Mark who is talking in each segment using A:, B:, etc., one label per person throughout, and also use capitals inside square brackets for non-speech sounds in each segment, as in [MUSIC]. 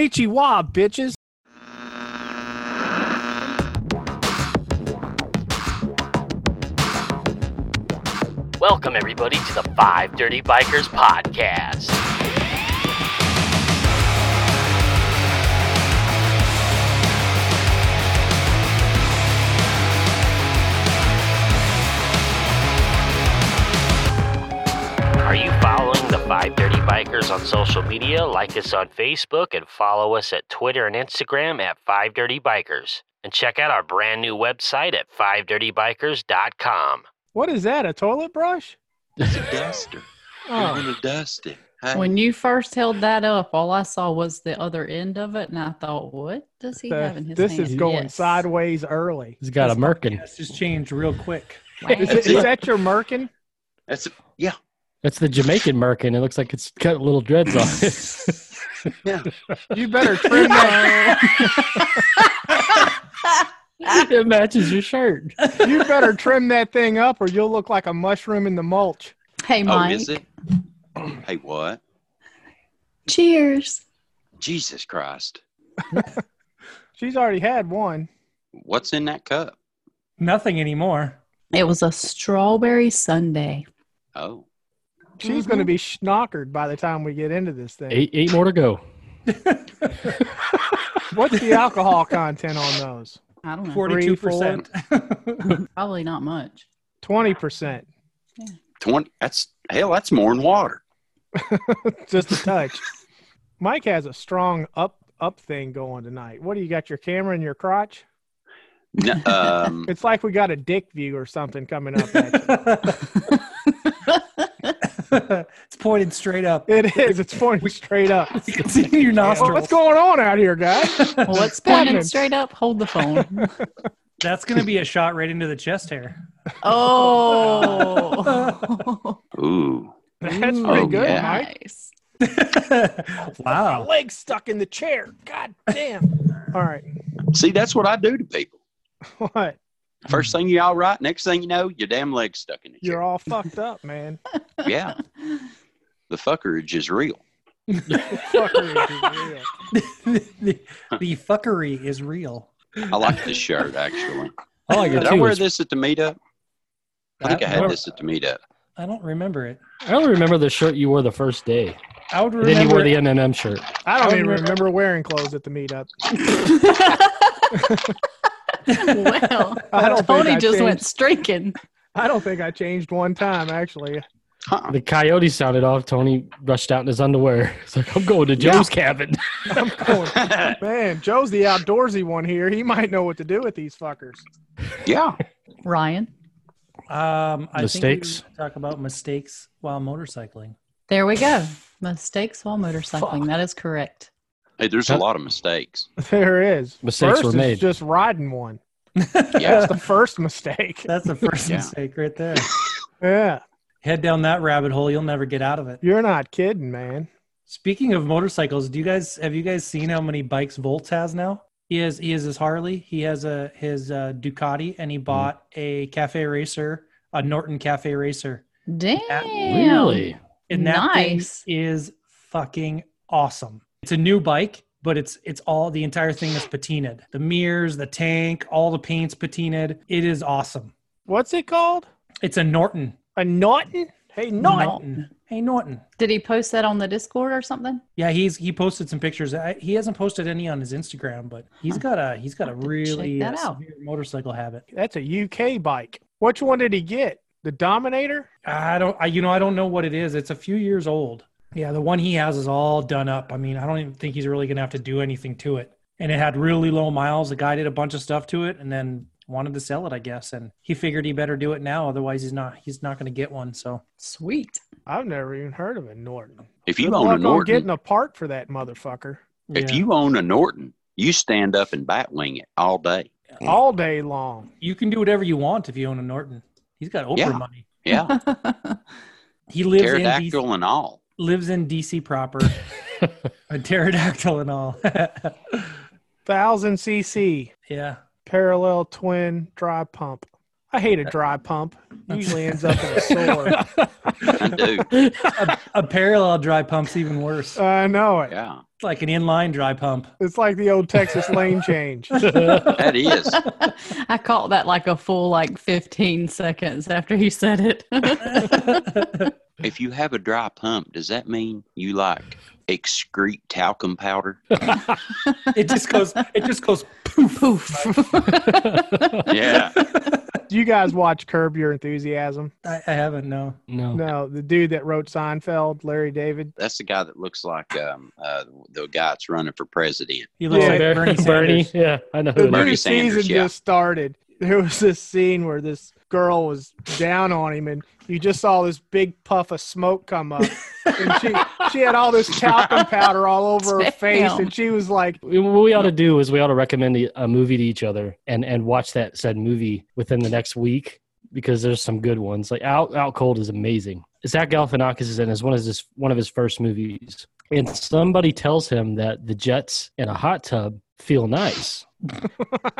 A: Konnichiwa, bitches.
B: Welcome, everybody, to the Five Dirty Bikers Podcast. Are you following the Five Dirty Bikers on social media? Like us on Facebook and follow us at Twitter and Instagram at Five Dirty Bikers. And check out our brand new website at fivedirtybikers.com.
A: What is that? A toilet brush?
C: It's a duster. You're
A: Oh,
C: gonna dust it. Hey,
D: When you first held that up, all I saw was the other end of it, and I thought, "What does he have in
A: the-
D: his
A: this
D: hand?"
A: is going
D: Yes.
A: sideways early.
E: He's got a merkin.
F: Yes, just changed real quick.
D: Wow.
A: Is, it, is that your merkin?
C: that's
E: That's the Jamaican merkin. It looks like it's got little dreads on it.
A: You better trim that.
E: [LAUGHS] it matches your shirt.
A: You better trim that thing up, or you'll look like a mushroom in the mulch.
D: hey,
C: oh,
D: Mike.
C: is it? [CLEARS THROAT] Hey, what?
D: Cheers.
C: Jesus Christ!
A: She's already had one.
C: What's in that cup?
F: Nothing anymore.
D: It was a strawberry Sunday.
C: Oh,
A: She's going to be schnockered by the time we get into this thing.
E: Mm-hmm. Eight, eight more to go.
A: What's the alcohol content on those?
D: I don't know.
F: Forty-two percent.
D: Probably not much.
A: Twenty percent,
C: 20 That's hell. That's more than water.
A: just a touch. Mike has a strong up up thing going tonight. What do you got? Your camera in your crotch?
C: N-
A: [LAUGHS]
C: um,
A: It's like we got a dick view or something coming up. at
D: [LAUGHS]
A: you.
F: [LAUGHS] it's pointed straight up.
A: It is. It's pointing straight up.
F: You can see your
A: Well,
F: nostrils.
A: what's going on out here,
D: [LAUGHS]
A: guys?
D: Well, it's
A: happening?
D: pointing straight up. Hold
A: [LAUGHS]
D: the phone.
F: That's going to be a shot right into the chest hair.
D: Oh,
C: ooh,
A: That's
D: Ooh,
A: pretty
C: Oh,
A: good,
C: yeah.
A: Mike.
D: Nice.
A: My
F: wow.
A: leg's stuck in the chair. God damn. All right. [LAUGHS]
C: see, that's what I do to people.
A: What?
C: First thing you all right, next thing you know, your damn leg's stuck in it.
A: You're all fucked up, man. [LAUGHS]
C: yeah, the fuckerage is real.
A: Fuckery is real.
F: [LAUGHS] the, the fuckery is real.
C: I like this shirt actually.
E: I like it
C: Did
E: too.
C: I wear
E: It's-
C: this at the meetup? I think I
F: don't-
C: had this at the meetup.
F: I don't remember it.
E: I don't remember the shirt you wore the first day.
F: I would
E: And then you wore
F: remember.
E: the M shirt.
A: I don't
F: I
A: even
F: remember-
A: remember wearing clothes at the meetup.
D: well,
A: I don't think
D: Tony
A: I
D: just
A: changed-
D: went streaking.
A: I don't think I changed one time actually.
C: Huh.
E: The coyote sounded off. Tony rushed out in his underwear. [LAUGHS] It's like, I'm going to Joe's cabin.
A: [LAUGHS] I'm going, man, Joe's the outdoorsy one here. He might know what to do with these fuckers.
C: yeah,
D: Ryan,
F: um, I
E: Mistakes.
F: Think we talk about mistakes while motorcycling.
D: there we go. Mistakes while motorcycling. That is correct.
C: hey, there's a lot of mistakes.
A: There is.
E: Mistakes
A: first
E: were
A: is
E: made.
A: just riding one.
C: Yeah.
A: That's the first
E: [LAUGHS]
A: mistake.
F: [LAUGHS] That's the first
C: Yeah.
F: mistake right there.
A: Yeah.
F: Head down that rabbit hole, you'll never get out of it.
A: You're not kidding, man.
F: Speaking of motorcycles, do you guys have you guys seen how many bikes Volts has now? He has he has his Harley, he has a his uh, Ducati, and he bought a Cafe Racer, a Norton Cafe Racer,
D: Damn.
E: Really?
F: and that thing
D: Nice.
F: is fucking awesome. It's a new bike, but it's it's all the entire thing is patinaed. The mirrors, the tank, all the paint's patinaed. It is awesome.
A: What's it called?
F: It's a Norton.
A: A Norton? Hey, Norton.
F: Norton. Hey Norton.
D: Did he post that on the Discord or something?
F: Yeah, he's he posted some pictures. I, he hasn't posted any on his Instagram, but he's got a he's got a
D: I'll have to check
F: really
D: that
F: uh,
D: out.
F: severe motorcycle habit.
A: That's a UK bike. Which one did he get? The Dominator?
F: I don't, I you know, I don't know what it is. It's a few years old. Yeah, the one he has is all done up. I mean, I don't even think he's really gonna have to do anything to it. And it had really low miles. The guy did a bunch of stuff to it, and then wanted to sell it, I guess. And he figured he better do it now, otherwise he's not he's not gonna get one. So
D: Sweet. [LAUGHS]
A: I've never even heard of a Norton.
C: If you
A: Good
C: own
A: luck
C: a
A: on
C: Norton,
A: getting a part for that motherfucker
C: If
F: yeah.
C: you own a Norton, you stand up and batwing it
A: [LAUGHS]
C: all day.
A: all day long.
F: you can do whatever you want if you own a Norton. He's got Oprah
C: Yeah.
F: money.
C: Yeah,
F: He lives in DC.
C: pterodactyl and all.
F: lives in DC proper,
E: [LAUGHS]
F: a pterodactyl and all. [LAUGHS]
A: Thousand cc
F: yeah,
A: parallel twin drive pump. I hate a dry
C: [LAUGHS]
A: pump. Usually ends up in a sore.
C: I
A: [LAUGHS]
C: do.
F: [LAUGHS] a parallel dry pump's even worse.
A: I know it.
C: Yeah,
F: It's like an inline dry pump.
A: It's like the old Texas lane
C: [LAUGHS]
A: change.
C: that is.
A: [LAUGHS]
D: I caught that like a full like 15 seconds after he said it.
C: If you have a dry pump, does that mean you like excrete
A: [LAUGHS]
C: talcum powder?
F: it just goes. It just goes poof.
D: Poof.
C: Yeah.
A: Do you guys watch Curb Your Enthusiasm?
F: I, I haven't. No.
E: no.
A: No, the dude that wrote Seinfeld, Larry David.
C: That's the guy that looks like um, uh, the guy that's running for president. [LAUGHS]
F: He
E: Yeah,
F: looks like
E: Ber- [LAUGHS]
F: Bernie.
E: Bernie.
F: Sanders. [LAUGHS]
E: Yeah, I know.
A: The
E: Who it
C: Bernie
A: new
E: is.
A: season
C: Sanders, yeah.
A: just started. There was this scene where this girl was down on him, and you just saw this big puff of smoke come
C: [LAUGHS]
A: up, and she she had all this talcum powder all over her face,
D: Damn.
A: and she was like,
E: What we ought to do is we ought to recommend e, a- a movie to each other and and watch that said movie within the next week because there's some good ones. Like Out Out Cold is amazing. Zach Galifianakis is in as one of his one of his first movies, and somebody tells him that the jets in a hot tub feel nice.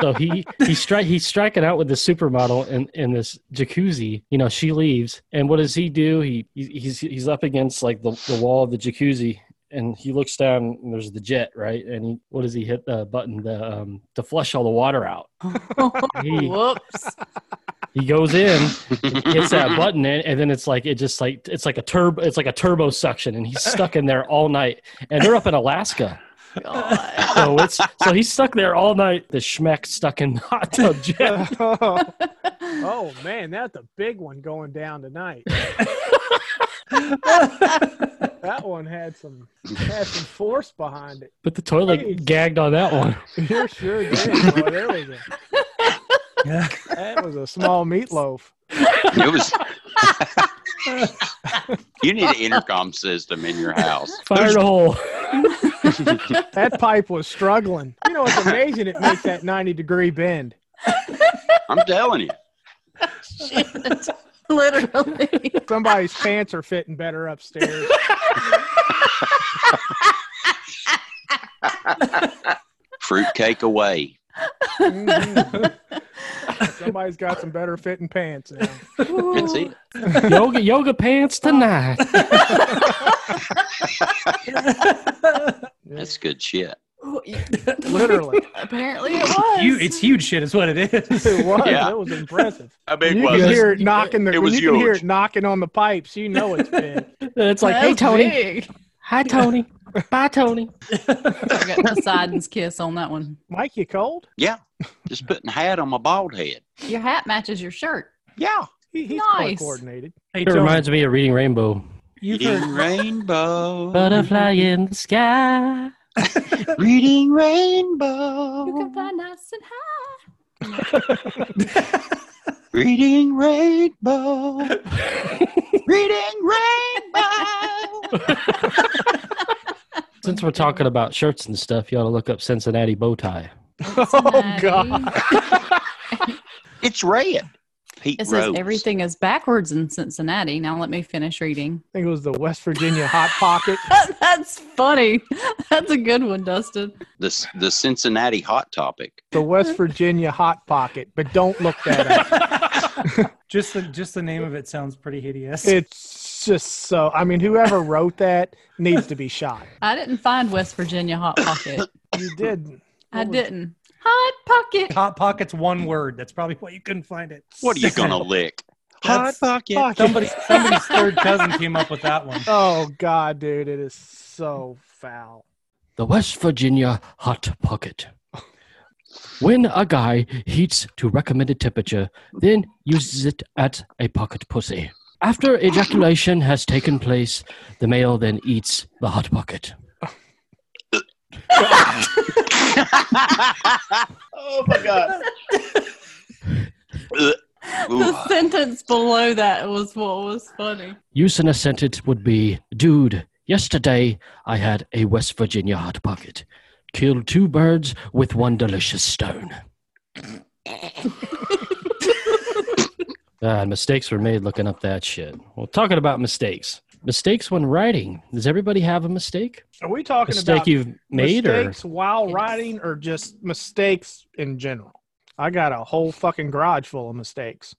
E: so he he stri- he's striking out with the supermodel in, in this jacuzzi. You know, she leaves, and what does he do? He he's he's up against like the, the wall of the jacuzzi, and he looks down and there's the jet right and he what does he hit the button the um to flush all the water out he,
D: Whoops.
E: he goes in hits [LAUGHS] that button and, and then it's like it just like it's like a turbo it's like a turbo suction and he's stuck in there all night and they're up in alaska
D: God.
E: so it's so he's stuck there all night the schmeck stuck in [LAUGHS] the hot tub
A: [LAUGHS]
E: jet
A: "Oh, oh man, that's a big one going down tonight." That one had some had some force behind it.
E: but the toilet
A: Jeez.
E: gagged on that one
A: You're sure [LAUGHS] did. Boy, there was a,
F: Yeah.
A: that was a small meatloaf.
C: It was. [LAUGHS] you need an intercom system in your house.
E: fired a [LAUGHS] hole
A: That pipe was struggling. You know, it's amazing it makes that 90 degree bend.
C: I'm telling you.
D: Shit. Literally.
A: Somebody's pants are fitting better upstairs.
C: Fruitcake away.
A: Mhm. [LAUGHS] Somebody's got some better fitting pants now.
C: That's
A: Oh,
C: it.
E: yoga yoga pants tonight
C: That's good shit.
A: Literally.
D: Apparently it was.
F: You, it's huge shit. Is what it
E: [LAUGHS]
F: is.
A: It was.
C: Yeah.
A: It was impressive.
C: I
A: you can hear it knocking the
C: It was
A: you can hear
C: huge.
A: it knocking on the pipes. You know it's big.
E: it's like
D: That
E: hey
D: was
E: tony
D: big.
E: hi tony bye tony
D: I got Poseidon's kiss on that one.
A: Mike, you cold?
C: Just putting a hat on my bald head.
D: Your hat matches your shirt.
C: Yeah.
A: He, he's
D: Nice.
A: color coordinated.
F: Hey,
E: it
F: Tony,
E: reminds me of reading rainbow
F: you've
C: Reading
F: heard,
C: rainbow.
E: [LAUGHS] Butterfly in the sky.
C: Reading rainbow.
D: You can fly nice and high.
C: Reading rainbow. Reading rainbow.
E: Since we're talking about shirts and stuff, you ought to look up Cincinnati bow tie.
A: Oh God.
C: It's red. Pete
D: It says
C: Rose.
D: everything is backwards in Cincinnati. Now let me finish reading.
A: I think it was the West Virginia Hot Pocket.
D: That's funny. That's a good one, Dustin.
C: The, the Cincinnati hot topic.
A: The West Virginia Hot Pocket. But don't look that up.
F: just the just the name of it sounds pretty hideous.
A: It's just so. I mean, whoever wrote that needs to be shot.
D: I didn't find West Virginia Hot Pocket.
A: You did.
D: I didn't. Hot
A: [LAUGHS]
D: Pocket.
F: Hot pocket's one word. That's probably why you couldn't find it.
C: What are you
F: [LAUGHS]
C: going to lick? Hot
F: That's-
C: pocket.
A: Fuck
F: Somebody,
A: it.
F: somebody's third cousin came up with that one.
A: Oh God, dude, it is so foul.
E: The West Virginia Hot Pocket. When a guy heats to recommended temperature, then uses it at a pocket pussy. After ejaculation has taken place, the male then eats the hot pocket.
C: [LAUGHS] oh my god. Ooh.
D: The sentence below that was what was [LAUGHS] funny.
E: Use in a sentence would be Dude, yesterday I had a West Virginia hot pocket. Killed two birds with one delicious stone. God, mistakes were made looking up that shit. Well, talking about mistakes, mistakes when writing. Does everybody have a mistake?
A: Are we talking
E: Mistake
A: about
E: you've made or
A: mistakes while riding, or just mistakes in general? I got a whole fucking garage full of mistakes.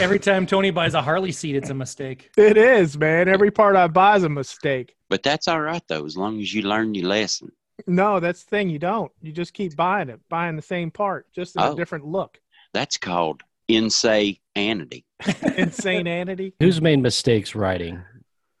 F: Every time Tony buys a Harley seat, it's a mistake.
A: It is, man. Every part I buy is a mistake.
C: But that's all right though, as long as you learn your lesson.
A: No, that's the thing. You don't. You just keep buying it, buying the same part, just in
C: Oh.
A: a different look.
C: That's called insanity.
A: Insanity.
E: Who's made mistakes riding?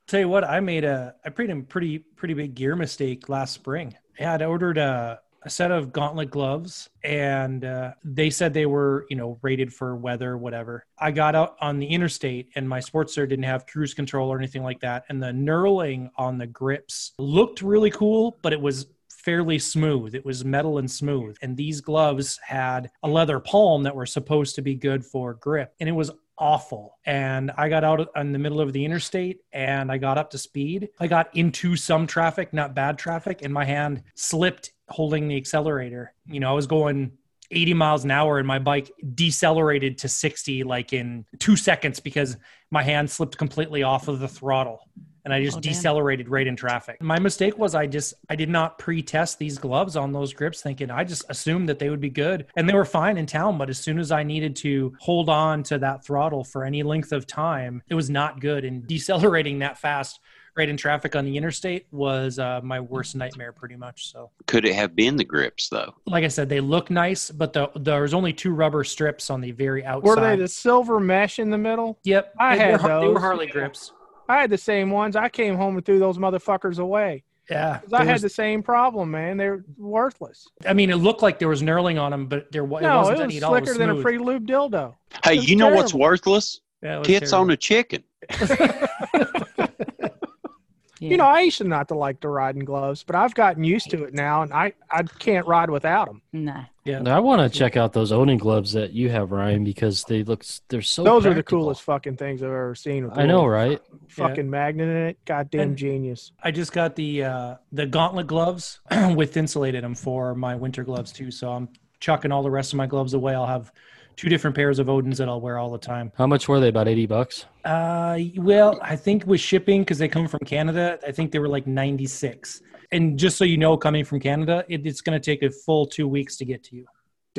F: Tell you what, I made a I made a pretty pretty big gear mistake last spring. I had ordered a, a set of gauntlet gloves, and uh, they said they were you know rated for weather, whatever. I got out on the interstate, and my Sportster didn't have cruise control or anything like that, and the knurling on the grips looked really cool, but it was fairly smooth. It was metal and smooth, and these gloves had a leather palm that were supposed to be good for grip, and it was awful. And I got out in the middle of the interstate and I got up to speed. I got into some traffic, not bad traffic, and my hand slipped holding the accelerator. You know, I was going 80 miles an hour and my bike decelerated to 60 like in two seconds because my hand slipped completely off of the throttle and I just
D: Oh, damn.
F: decelerated right in traffic. My mistake was I just I did not pre-test these gloves on those grips thinking I just assumed that they would be good and they were fine in town but as soon as I needed to hold on to that throttle for any length of time it was not good and [LAUGHS] decelerating that fast right in traffic on the interstate was uh, my worst nightmare pretty much so
C: Could it have been the grips though?
F: like I said, they look nice, but the there was only two rubber strips on the
A: [LAUGHS]
F: very
A: Were
F: outside.
A: they the silver mesh in the middle?
F: Yep,
A: I
F: they,
A: had
F: were, Har- they were
A: those.
F: Harley grips.
A: I had the same ones. I came home and threw those motherfuckers away.
F: Yeah,
A: 'Cause I
F: there
A: had
F: was-
A: the same problem, man. They're worthless.
F: I mean, it looked like there was knurling on them, but there wa- it
A: no, it
F: wasn't
A: was
F: any at all. It
A: slicker
F: was
A: than a
F: smooth.
A: pre lube dildo.
C: Hey,
A: That's
C: you know what's
A: terrible.
C: worthless?
F: Yeah, it was
C: Tits on
F: terrible.
C: a chicken.
A: You know, I used to not to like the riding gloves, but I've gotten used to it now, and I, I can't ride without them.
D: nah.
F: Yeah.
E: Now, I want to check out those owning gloves that you have, Ryan, because they look s- they're so.
A: Those are the
E: practical.
A: coolest fucking things I've ever seen. With
E: I know, right?
F: Yeah.
A: fucking magnet in it. Goddamn
F: And-
A: genius.
F: I just got the uh, the gauntlet gloves [CLEARS THROAT] with insulated them for my winter gloves too. So I'm chucking all the rest of my gloves away. I'll have two different pairs of Odins that I'll wear all the time.
E: How much were they? About eighty bucks.
F: Uh, well, I think with shipping because they come from Canada, I think they were like 96. And just so you know, coming from Canada, it, it's going to take a full two weeks to get to you.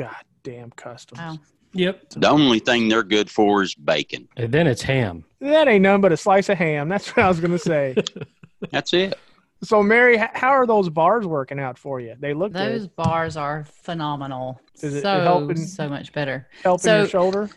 A: Goddamn customs.
D: Wow.
F: Yep.
C: The only thing they're good for is
D: [LAUGHS]
C: bacon.
E: And then it's ham.
A: That ain't nothing but a slice of ham. That's what I was gonna say.
F: [LAUGHS]
C: That's it.
A: so, Mary, h- how are those bars working out for you? They look
D: Those
A: good.
D: bars are phenomenal.
A: Is it
D: so
A: helping?
D: so much better.
A: helping your
D: so-
A: shoulder.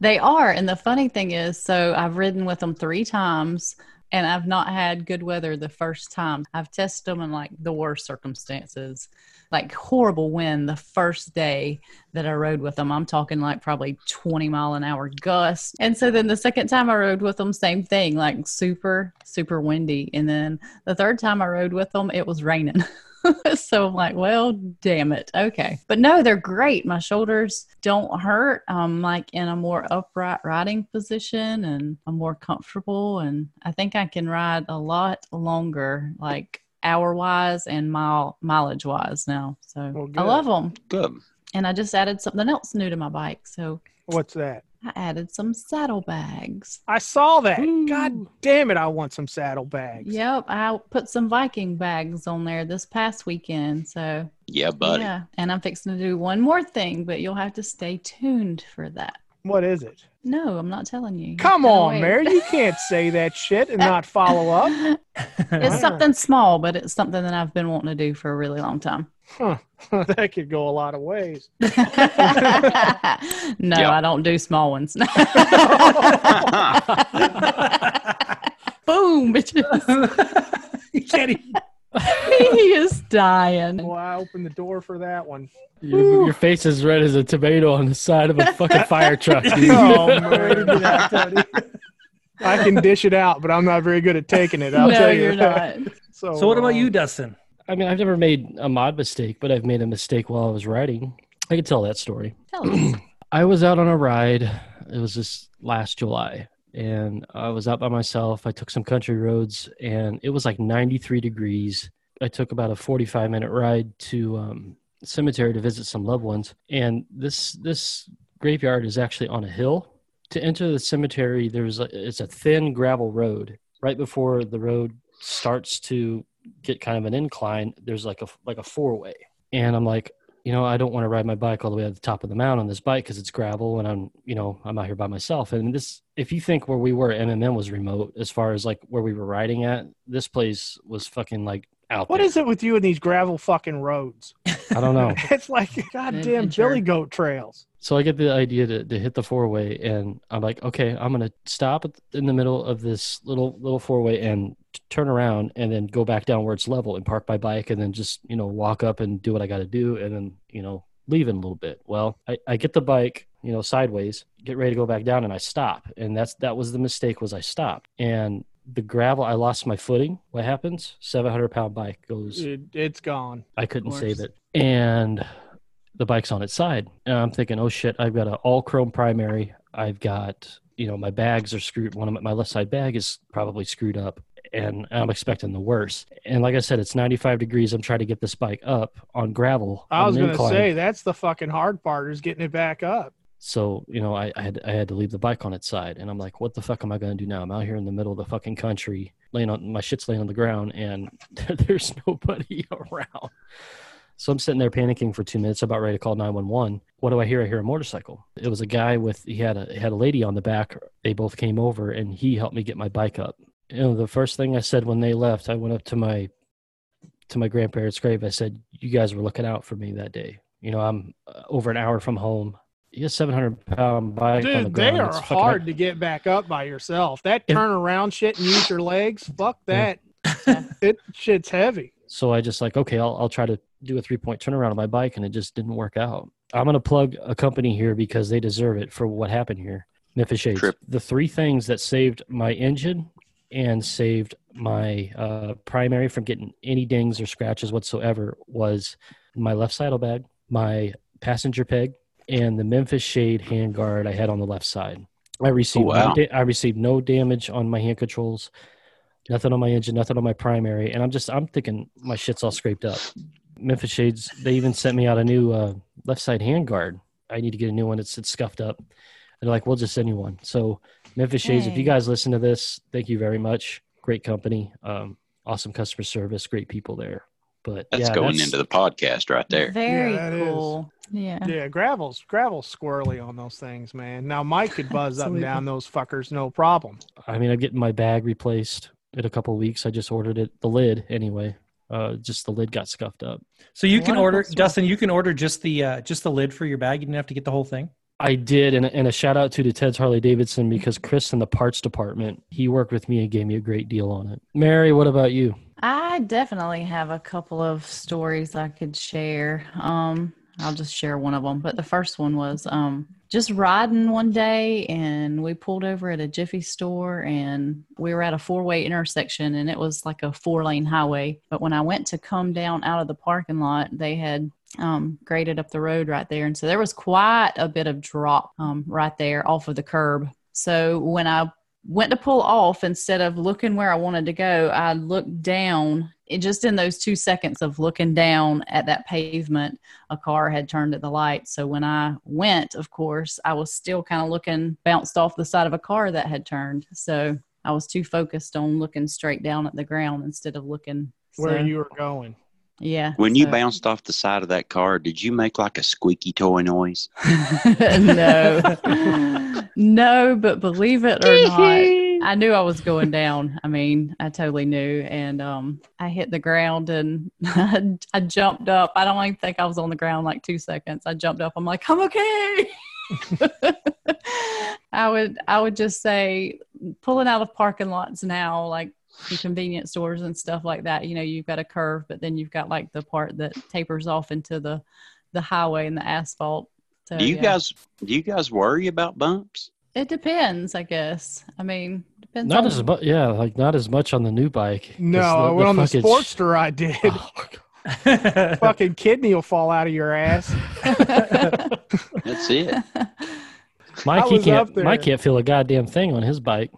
D: They are, and the funny thing is, so I've ridden with them three times, and I've not had good weather the first time. I've tested them in like the worst circumstances, like horrible wind the first day that I rode with them. I'm talking like probably 20 mile an hour gust, and so then the second time I rode with them, same thing, like super super windy, and then the third time I rode with them, it was raining. [LAUGHS] so I'm like, well, damn it. Okay. But no, they're great. My shoulders don't hurt. I'm like in a more upright riding position and I'm more comfortable. And I think I can ride a lot longer, like hour wise and mile mileage wise now. So
A: Well,
D: I
A: good.
D: love them.
C: Good.
D: And I just added something else new to my bike. So
A: What's that?
D: I added some saddlebags.
A: I saw that.
D: Ooh.
A: God damn it! I want some saddlebags.
D: Yep. I put some Viking bags on there this past weekend. So
C: Yeah, buddy.
D: Yeah, and I'm fixing to do one more thing, but you'll have to stay tuned for that.
A: What is it?
D: No, I'm not telling you.
A: Come
D: Gotta
A: on,
D: wait.
A: Mary. You can't say that shit and not follow up.
D: [LAUGHS]
A: [LAUGHS]
D: It's
A: Wow.
D: something small, but it's something that I've been wanting to do for a really long time. [LAUGHS]
A: Huh. that could go a lot of ways.
D: no,
C: Yeah.
D: I don't do
A: [LAUGHS]
D: small ones. [LAUGHS] Boom, bitches.
F: [LAUGHS] you can't even-
D: [LAUGHS] he is dying.
A: Well, I opened the door for that one.
E: Your, your face is red as a tomato on the side of
A: [LAUGHS]
E: a fucking fire truck. dude.
F: oh, man.
A: I
D: [LAUGHS]
A: can dish it out, but I'm not very good at taking it. I'll
D: no,
A: tell you
D: you're
A: that. [CLEARS THROAT]
D: not.
A: [LAUGHS] So,
F: So what about
A: uh,
F: you, Dustin?
E: I mean, I've never made a mod mistake, but I've made a mistake while I was riding. I could tell that story.
D: Tell us.
E: I was out on a ride. It was this last July, and I was out by myself. I took some country roads, and it was like 93 degrees. I took about a 45 minute ride to um, cemetery to visit some loved ones, and this this graveyard is actually on a hill. To enter the cemetery, there's a, it's a thin gravel road. Right before the road starts to get kind of an incline, there's like a like a four way, and I'm like, you you know, I don't want to ride my bike all the way to the top of the mountain on this bike because it's gravel and I'm, you know, I'm out here by myself. And this, if you think where we were, at MMM was remote as far as like where we were riding at. This place was fucking like out.
A: What
E: there.
A: is it with you and these gravel fucking
F: [LAUGHS]
A: roads?
E: I
A: [LAUGHS]
E: don't know.
A: It's like goddamn
D: Adventure.
A: billy goat trails.
E: So I get the idea to, to hit the four way, and I'm like, okay, I'm gonna stop at- in the middle of this little little four way and t- turn around, and then go back down where it's level and park my bike, and then just you know walk up and do what I got to do, and then you know leave in a little bit. Well, I, I get the bike you know sideways, get ready to go back down, and I stop, and that's that was the mistake was I stopped, and the gravel I lost my footing. What happens? Seven hundred pound bike goes
A: It, it's gone.
E: I couldn't save
D: course.
E: it. And the bike's on its side. And I'm thinking, oh shit, I've got an all chrome primary. I've got, you know, my bags are screwed. One of my, my left side bag is probably screwed up. And I'm expecting the worst. And like I said, it's 95 degrees. I'm trying to get this bike up on gravel.
A: I
E: on
A: was
E: an
A: gonna
E: incline.
A: say that's the fucking hard part is getting it back up.
E: So you know, I, I had I had to leave the bike on its side, and I'm like, what the fuck am I gonna do now? I'm out here in the middle of the fucking country, laying on my shit's laying on the ground, and there's nobody [LAUGHS] around. So I'm sitting there panicking for two minutes, about ready to call 911. What do I hear? I hear a motorcycle. It was a guy with he had a he had a lady on the back. They both came over, and he helped me get my bike up. You know, the first thing I said when they left, I went up to my to my grandparents' grave. I said, "You guys were looking out for me that day. You know, I'm uh, over an hour from home. You got 700 pound bike on the
A: Dude,
E: ground.
A: they are
E: It's fucking-
A: hard to get back up by yourself. That
E: If-
A: turn around shit and use your legs, fuck
E: Yeah.
A: that.
E: [LAUGHS]
A: it shit's heavy.
E: So I just like, okay, I'll, I'll try to do a three point turnaround on my bike, and it just didn't work out. I'm going to plug a company here because they deserve it for what happened here. Memphis Shades.
C: Trip.
E: The three things that saved my engine and saved my uh, primary from getting any dings or scratches whatsoever was my left saddle bag, my passenger peg, and the Memphis Shade handguard I had on the left side. I received
C: Oh, wow.
E: no da- I received no damage on my hand controls, nothing on my engine, nothing on my primary, and I'm just I'm thinking my shit's all scraped up. Memphis Shades they even sent me out a new uh, left side handguard. I need to get a new one. It's it's scuffed up. And they're like, we'll just send you one. So Memphis Shades, if you
D: Yay.
E: guys listen to this, thank you very much. Great company, um, awesome customer service, great people there. But
C: That's
E: yeah,
C: going
E: that's-
C: into the podcast right there.
D: Very
A: Yeah, it is.
D: cool. Yeah.
A: Yeah, gravel's gravel's squirrely on those things, man. Now Mike could buzz up and
D: Absolutely.
A: down those fuckers, no problem.
E: I mean, I'm getting my bag replaced in a couple weeks. I just ordered it, the lid anyway. Uh, just the lid got scuffed up.
F: So you can
D: Wonderful
F: order,
D: story.
F: Dustin. You can order just the uh, just the lid for your bag. You didn't have to get the whole thing.
E: I did, and, and a shout out to to Ted's Harley Davidson because Chris in the parts department, he worked with me and gave me a great deal on it. Mary, what about you?
D: I definitely have a couple of stories I could share. Um, I'll just share one of them. But the first one was um, just riding one day, and we pulled over at a Jiffy store, and we were at a four way intersection, and it was like a four lane highway. But when I went to come down out of the parking lot, they had um, graded up the road right there. And so there was quite a bit of drop um, right there off of the curb. So when I went to pull off instead of looking where I wanted to go, I looked down. It just in those two seconds of looking down at that pavement, a car had turned at the light. So when I went, of course, I was still kind of looking, bounced off the side of a car that had turned. So I was too focused on looking straight down at the ground instead of looking.
A: Where
D: so,
A: you were going.
D: Yeah.
C: When you
D: so-
C: bounced off the side of that car, did you make like a squeaky toy noise?
D: [LAUGHS] no, [LAUGHS] no, but believe it or not, I knew I was going down. I mean, I totally knew, and um, I hit the ground and [LAUGHS] I jumped up. I don't even think I was on the ground like two seconds. I jumped up. I'm like, I'm okay. [LAUGHS] I would, I would just say, pulling out of parking lots now, like the convenience stores and stuff like that. You know, you've got a curve, but then you've got like the part that tapers off into the the highway and the asphalt. So,
C: do you
D: yeah.
C: guys do you guys worry about bumps?
D: It depends, I guess. I mean, depends.
E: Not
D: on,
E: as much, yeah, like not as much on the new bike. 'cause
A: No,
E: the-
A: well, on the
E: fucking- Oh.
A: Sportster I
E: [LAUGHS]
A: did. [LAUGHS]
F: [LAUGHS]
A: fucking kidney will fall out of your
E: [LAUGHS]
A: ass.
C: That's it.
E: Mike,
A: I
E: he
A: was
E: can't,
A: up there.
E: Mike can't feel a goddamn thing on his
A: [LAUGHS]
E: bike.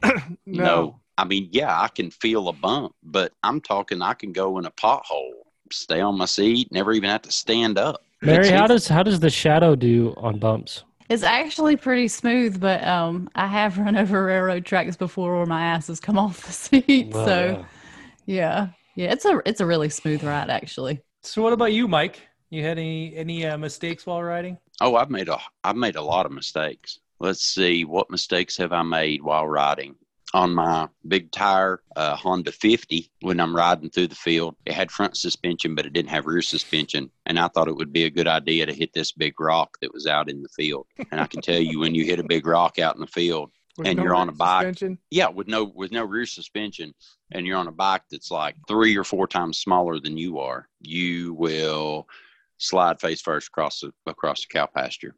A: No.
C: I mean, yeah, I can feel a bump, but I'm talking I can go in a pothole, stay on my seat, never even have to stand up.
E: Mary,
C: That's it.
E: how does how does the shadow do on bumps?
D: [LAUGHS] It's actually pretty smooth, but um, I have run over railroad tracks before where my ass has come off the seat.
E: Well,
D: so yeah. yeah, It's a it's a really smooth ride, actually.
F: so what about you, Mike? You had any any uh, mistakes while riding?
C: Oh, I've made a I've made a lot of mistakes. Let's see what mistakes have I made while riding on my big tire uh, Honda 50 when I'm riding through the field. It had front suspension, but it didn't have rear suspension, and I thought it would be a good idea to hit this big rock that was out in the field. And I can tell you, when you hit a big rock out in the field,
A: With
C: And
A: no
C: you're on a bike.
A: suspension.
C: yeah, with no with no rear suspension, and you're on a bike that's like three or four times smaller than you are, you will slide face first across the across the cow pasture.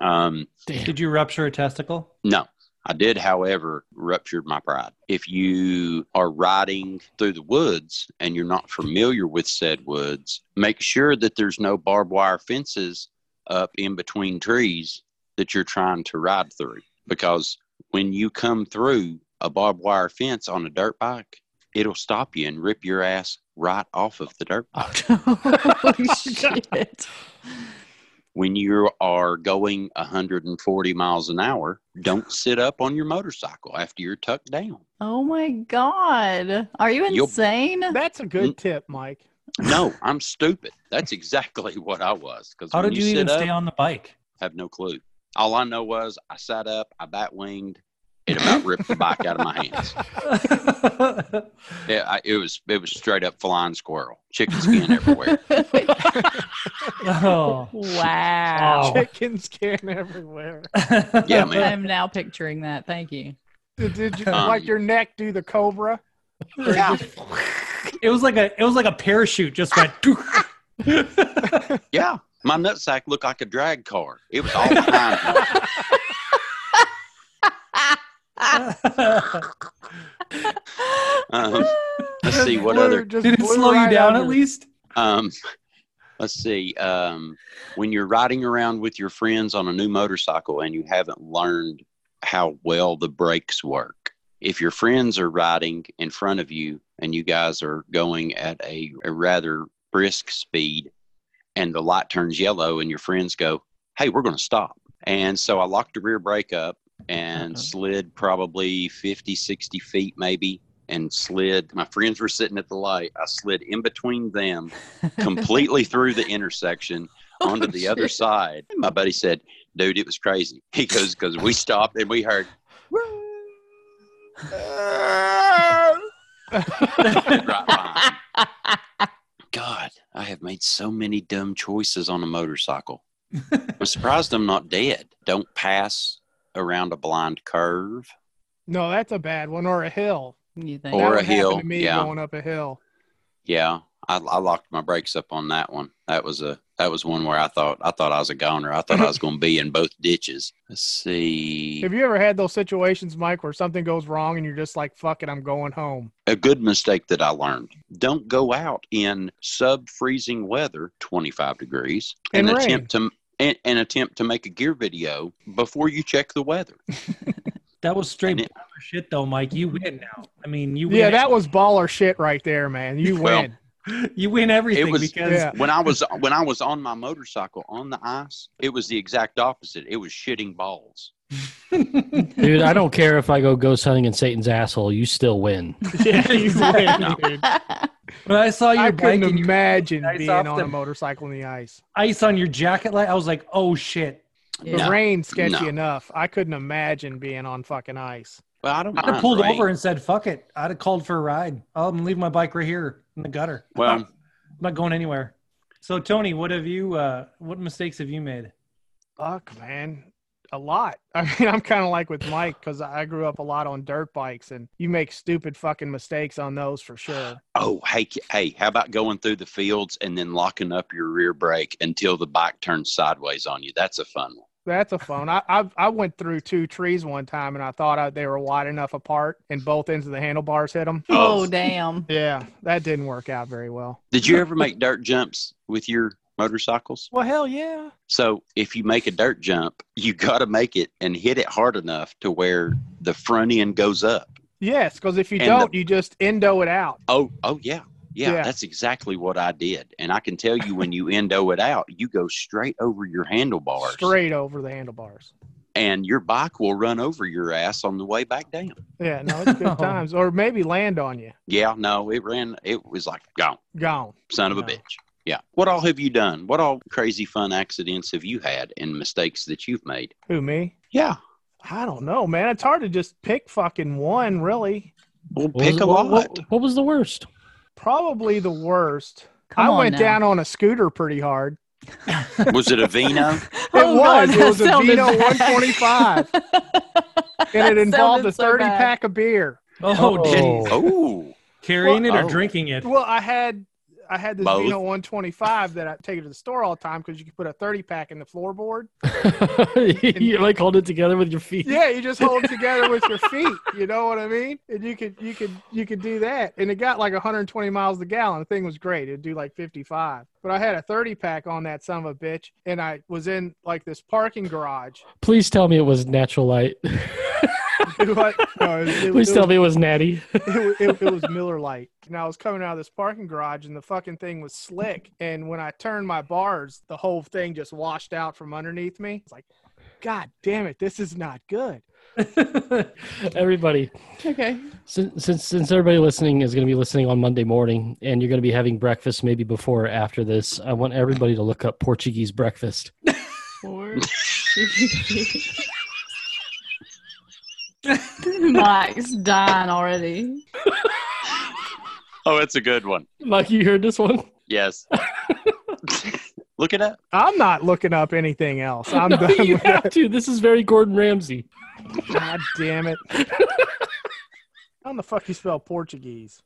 C: um,
F: Did you rupture a testicle?
C: no, I did, however, ruptured my pride. If you are riding through the woods and you're not familiar with said woods, make sure that there's no barbed wire fences up in between trees that you're trying to ride through. Because when you come through a barbed wire fence on a dirt bike, it'll stop you and rip your ass right off of the dirt
D: [LAUGHS]
C: bike.
D: Holy shit.
C: when you are going 140 miles an hour, don't sit up on your motorcycle after you're tucked down.
D: Oh my God. Are you
C: You'll-
D: insane?
A: That's a
C: Mm.
A: good tip, Mike.
C: No, I'm stupid. That's exactly [LAUGHS] what I was. Because
F: How
C: when
F: did
C: you,
F: you, even
C: sit up,
F: stay on the
C: [LAUGHS]
F: bike? [LAUGHS]
C: I have no clue. All I know was I sat up, I bat winged, it about ripped the bike out of my
F: [LAUGHS]
C: hands. It, I, it was it was straight up flying squirrel, chicken skin
D: [LAUGHS]
F: [LAUGHS]
C: everywhere.
F: oh.
E: Oh.
D: wow.
F: Wow.
A: Chicken [LAUGHS] skin everywhere.
C: Yeah, man.
D: I'm now picturing that. Thank you.
A: Did, did you
C: Um,
A: like your neck do the cobra?
C: Yeah.
F: It was like a it was like a parachute just went. [LAUGHS]
C: Yeah, my nutsack looked like a drag car. It was all behind
F: [LAUGHS]
C: me. Um, let's see what
A: Blew-
C: other
A: just
F: Did it
A: blew
F: slow you
A: right
F: down
A: under.
F: at least?
C: Um, let's see. Um, when you're riding around with your friends on a new motorcycle and you haven't learned how well the brakes work, if your friends are riding in front of you and you guys are going at a, a rather brisk speed and the light turns yellow and your friends go, Hey, we're going to stop. And so I locked the rear brake up and
D: Uh-oh.
C: slid probably 50, 60 feet maybe and slid. My friends were sitting at the light. I slid in between them
D: [LAUGHS]
C: completely through the intersection
D: Oh,
C: onto the other side. And my buddy said, "Dude, it was crazy." [LAUGHS] He goes, "Because we stopped and we heard [LAUGHS] right behind." me." God, I have made so many dumb choices on a motorcycle. I'm surprised I'm not dead. Don't pass around a blind curve.
A: No, that's a bad one, or a hill.
D: you think?
C: Or
A: that one
C: a
A: happened
C: hill,
A: To me
C: yeah.
A: going up a hill.
C: Yeah, I, I locked my brakes up on that one. That was a that was one where I thought I thought I was a goner.
A: [LAUGHS]
C: I thought I was going to be in both ditches. Let's see.
A: Have you ever had those situations, Mike, where something goes wrong and you're just like, "Fuck it, I'm going home."
C: a good mistake that I learned. Don't go out in sub freezing weather, 25 degrees,
A: And rain.
C: attempt to and, and attempt to make a gear video before you check the weather.
F: That was straight
C: And it-
F: baller shit though, Mike. You win now. I mean, you win.
A: Yeah, that was baller shit right there, man. You
C: Well,
A: win.
F: you win everything
C: was-
F: because [LAUGHS]
A: Yeah.
C: When I
A: [LAUGHS]
C: was when I was on my motorcycle on the ice, it was the exact opposite. It was shitting balls.
E: Dude, I don't care if I go ghost hunting in Satan's asshole. You still win.
A: [LAUGHS] yeah, you
D: [LAUGHS]
A: win,
C: No.
A: dude.
F: when I saw your
A: I
F: bike
A: couldn't
F: and your
A: imagine
F: ice
A: being
F: off
A: on a
F: the-
A: motorcycle in the ice.
F: ice on your jacket light, I was like, oh shit.
A: The
C: No.
A: rain's sketchy
C: No.
A: enough. I couldn't imagine being on fucking ice.
C: Well, I don't
F: I'd have
C: mind
F: pulled
C: rain.
F: over and said, fuck it. I'd have called for a ride. I'll leave my bike right here in the gutter.
C: Well-
F: I'm not going anywhere. So Tony, what have you uh what mistakes have you made?
A: Fuck, man. A lot. [LAUGHS] I mean, I'm kind of like with Mike because I grew up a lot on dirt bikes, and you make stupid fucking mistakes on those for sure.
C: Oh, hey, ki- hey, how about going through the fields and then locking up your rear brake until the bike turns sideways on you? That's a fun one.
A: That's a phone. I, I I went through two trees one time, and I thought I, they were wide enough apart, and both ends of the handlebars hit them.
D: oh, damn.
A: Yeah, that didn't work out very well.
C: Did you ever make dirt jumps with your motorcycles?
A: Well, hell yeah.
C: So if you make a dirt jump, you got to make it and hit it hard enough to where the front end goes up.
A: Yes, because if you
C: And the-
A: don't, you just endo it out.
C: Oh, oh yeah. Yeah,
A: Yeah.
C: that's exactly what I did. And I can tell you when
A: [LAUGHS]
C: you endo it out, you go straight over your handlebars
A: Straight over the handlebars.
C: and your bike will run over your ass on the way back down.
A: Yeah, no, it's good times. Or maybe land on you.
C: Yeah, no, it ran it was like gone,
A: Gone.
C: son of a
F: No.
C: bitch. Yeah. What all have you done? What all crazy fun accidents have you had and mistakes that you've made?
A: Who me?
C: Yeah.
A: I don't know, man. It's hard to just pick fucking one, really.
C: Well,
E: What
C: pick
E: was-
C: a
E: what-
C: lot.
E: What, what was the worst? [LAUGHS]
A: Probably the worst.
D: Come
A: I
D: on
A: went
D: now. [LAUGHS]
A: down on a scooter pretty hard.
C: Was it a Vino? [LAUGHS]
D: Oh,
A: It was.
D: God,
A: It
D: that
A: was a
D: sounded
A: Vino
D: bad.
A: 125. And it
D: That
A: involved a
D: sounded so
A: 30
D: bad.
A: pack of beer.
F: Oh,
E: Oh.
F: geez.
C: oh,
F: carrying it or
C: Oh.
F: drinking [LAUGHS] it?
A: Well, I had I had this
C: Both.
A: Vino 125 that I take it to the store all the time because you can put a 30 pack in the floorboard.
E: you like hold it together with your feet.
A: Yeah, you just hold it together with your feet. You know what I mean? And you could you could you could do that. And it got like 120 miles a gallon. The thing was great. It'd do like 55. But I had a 30 pack on that son of a bitch, and I was in like this parking garage.
E: Please tell me it was natural light.
A: What? No, it- it-
E: [LAUGHS] Please
A: it
E: tell
A: was-
E: me it was natty. [LAUGHS]
A: it, wa- it, it was Miller Lite. And I was coming out of this parking garage and the fucking thing was slick. And when I turned my bars, the whole thing just washed out from underneath me. It's like, God damn it, this is not good.
E: Everybody,
D: [LAUGHS] okay.
E: Since, since since everybody listening is going to be listening on Monday morning, and you're going to be having breakfast maybe before or after this, I want everybody to look up Portuguese breakfast.
D: [LAUGHS] Mike's dying already.
C: oh, that's a good one.
E: Mike, you heard this one? [LAUGHS]
C: Yes. [LAUGHS] Look it up.
A: I'm not looking up anything else. I'm
E: [LAUGHS] no,
A: done
E: you
A: with that.
E: have to. This is very Gordon Ramsay.
A: God damn it. How in the fuck you spell Portuguese?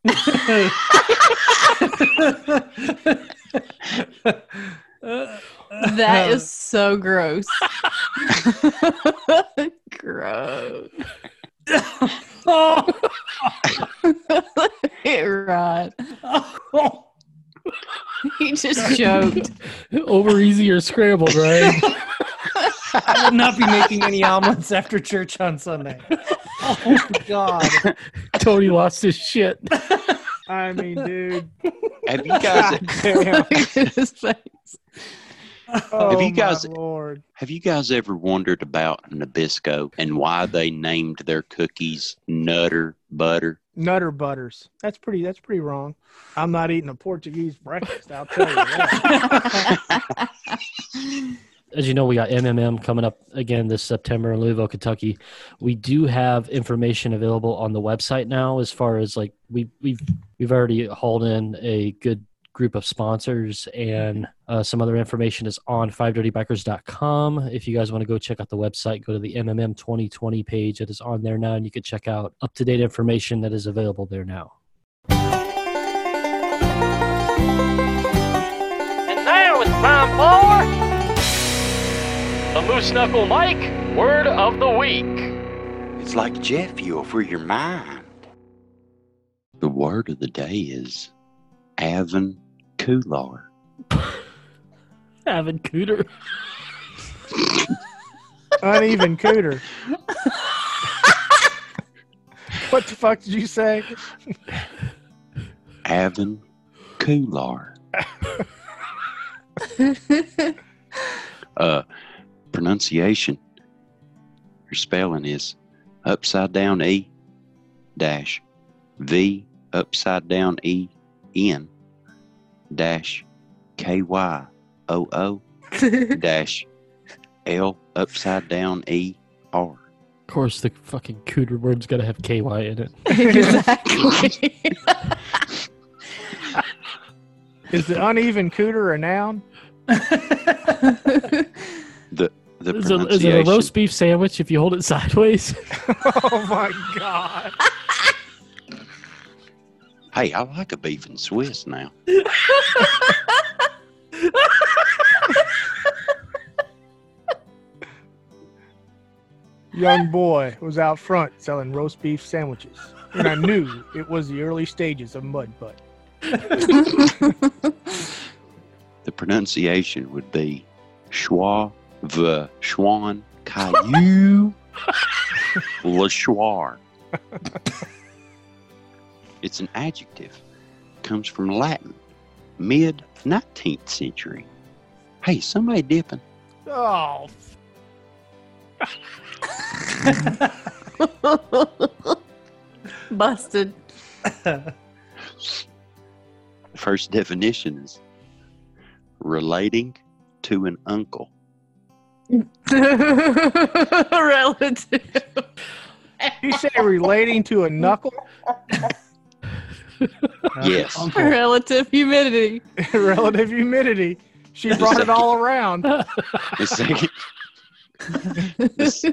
D: That
A: [LAUGHS]
D: is so gross. [LAUGHS] gross. [LAUGHS]
F: oh,
D: right.
F: oh.
D: He
A: [LAUGHS]
D: just choked.
E: Over easy or scrambled, [LAUGHS] right?
F: I will not be making any omelets after church on [LAUGHS] Sunday. Oh my god.
E: Tony lost his shit.
A: I mean,
E: [LAUGHS]
A: dude.
C: Have you [LAUGHS] guys
A: God
D: [LAUGHS]
A: damn.
D: Look at his face.
A: Oh,
C: you guys-
A: my Lord.
C: have you guys ever wondered about Nabisco and why they named their cookies Nutter Butter?
A: Nutter butters. That's pretty. That's pretty wrong. I'm not eating a Portuguese breakfast. I'll tell you. That.
E: As you know, we got MMM coming up again this September in Louisville, Kentucky. We do have information available on the website now, as far as like we we've we've already hauled in a good group of sponsors and uh, some other information is on 5dirtybikers.com if you guys want to go check out the website go to the mmm 2020 page that is on there now and you can check out up-to-date information that is available there now
B: And now it's time for the Moose Knuckle Mike Word of the Week.
G: It's like jet fuel for your mind.
C: The word of the day is Avon Kular.
E: Avon Cooter.
A: Uneven [LAUGHS] cooter. what the fuck did you say?
C: Avon Kular. Uh, pronunciation or spelling is upside down E dash V upside down E N dash K Y O O dash L upside down E R.
E: Of course, the fucking Cooter word's got to have KY in it.
D: [LAUGHS] exactly.
A: [LAUGHS]
D: [LAUGHS]
A: Is the uneven cooter a noun?
C: The
E: Is it, is it a
C: pronunciation.
E: roast beef sandwich if you hold it [LAUGHS] sideways?
A: Oh my god.
C: hey, I like a beef and Swiss now.
A: Young boy was out front selling roast beef sandwiches, and I knew it was the early stages of mud butt.
C: The pronunciation would be schwa v schwan caillou le choir. [LAUGHS] It's an adjective. Comes from Latin, mid 19th century. Hey, somebody dipping.
A: Oh, f-
D: Busted.
C: First definition is relating to an uncle.
D: [LAUGHS] Relative.
A: You say relating to a knuckle,
C: Yes.
F: Uncle.
D: Relative humidity.
A: relative humidity. She brought it all around.
C: The second, the,
D: [LAUGHS]
C: s-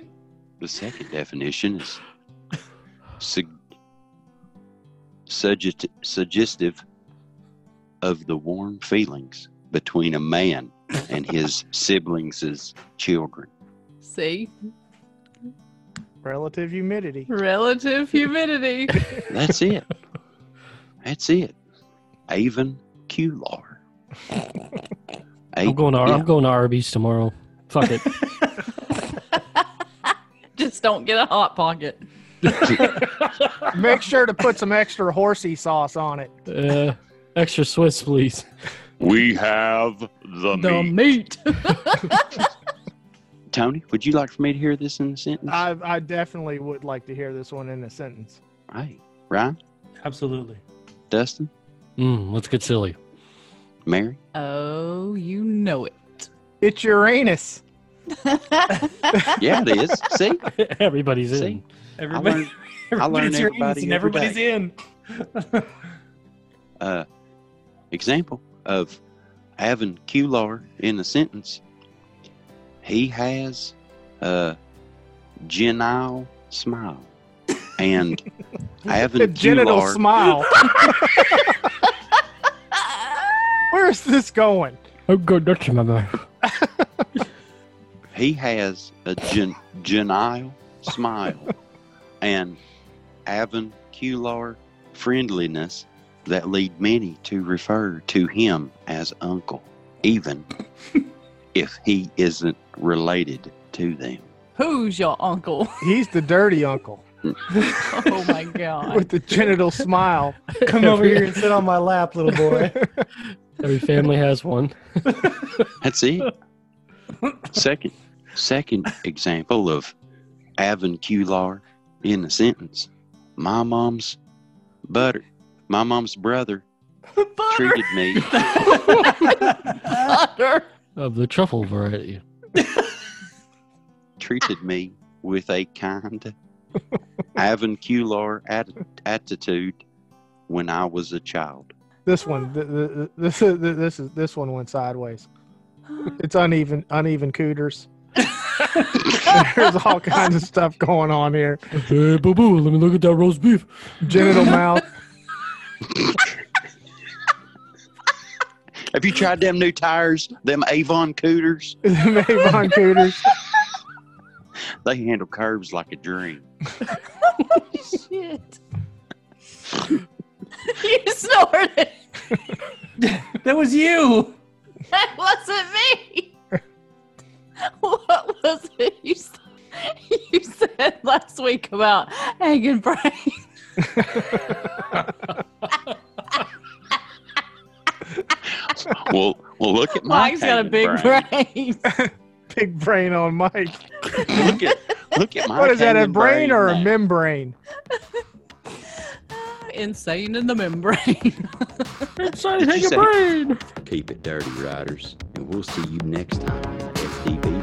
C: the second definition is sug, suggest, suggestive of the warm feelings between a man and his siblings' as children.
D: See?
A: Relative humidity.
D: Relative humidity. [LAUGHS]
C: That's it. That's it. Avon Kular.
E: I'm going to I'm going to Arby's tomorrow. Fuck [LAUGHS] it.
D: Just don't get a hot pocket.
A: Make sure to put some extra horsey sauce on it.
E: Uh, extra Swiss, please.
C: We have the,
D: The meat. [LAUGHS]
C: Tony, would you like for me to hear this in a sentence?
A: I, I definitely would like to hear this one in a sentence.
C: right. Ryan,
F: Absolutely.
C: Dustin,
E: Mm, let's get silly.
C: Mary.
D: oh, you know it.
A: It's Uranus.
C: Yeah, it is. See?
E: [LAUGHS] Everybody's
C: See?
E: in.
F: Everybody,
C: I learn
F: [LAUGHS] everybody's here
C: everybody
F: and
C: every
F: everybody's in.
C: Uh, example of having Kular in a sentence. He has a genial smile.
A: [LAUGHS]
C: And
A: The
C: having
A: genital
C: Kular
A: smile. Where's this going?
E: Oh, good. That's my man.
C: He has a gen- genial smile and avuncular friendliness that lead many to refer to him as uncle,
A: [LAUGHS]
C: even if he isn't related to them.
D: Who's your uncle? [LAUGHS]
A: He's the dirty uncle
D: Oh my
A: [LAUGHS]
D: god.
A: with the genital smile.
F: Come [LAUGHS] over here and sit on my lap, little boy.
E: Every [LAUGHS] family has one.
C: That's it. second, second example of avuncular in a sentence. My mom's butter. My mom's brother
D: Butter.
C: treated me.
D: Butter.
E: Of the truffle variety.
C: treated me with a kind, avuncular atti- attitude when I was a child.
A: [LAUGHS] This one, th- th- th- this is this is this one went sideways.
D: Oh,
A: It's uneven, uneven [LAUGHS] cooters. There's all kinds of stuff going on here.
E: Hey, boo boo, let me look at that roast beef.
A: Genital mouth. [LAUGHS]
C: Have you tried them new tires, them Avon Cooters?
A: Avon cooters.
C: They handle curves like a dream.
D: Shit. [LAUGHS] you snorted.
F: [LAUGHS] that was you.
D: That wasn't me. What was it you said? You said last week about egg and brain.
C: Well, well, look at my
D: Mike's got a
C: hanging
D: big
C: brain.
D: brain.
A: Big brain on Mike.
C: Look at, look at my.
A: What is that? A
C: hanging
A: brain or a membrane?
D: [LAUGHS] Insane in the membrane.
C: Did you say-
E: brain.
G: Keep it dirty, riders, and we'll see you next time. FDB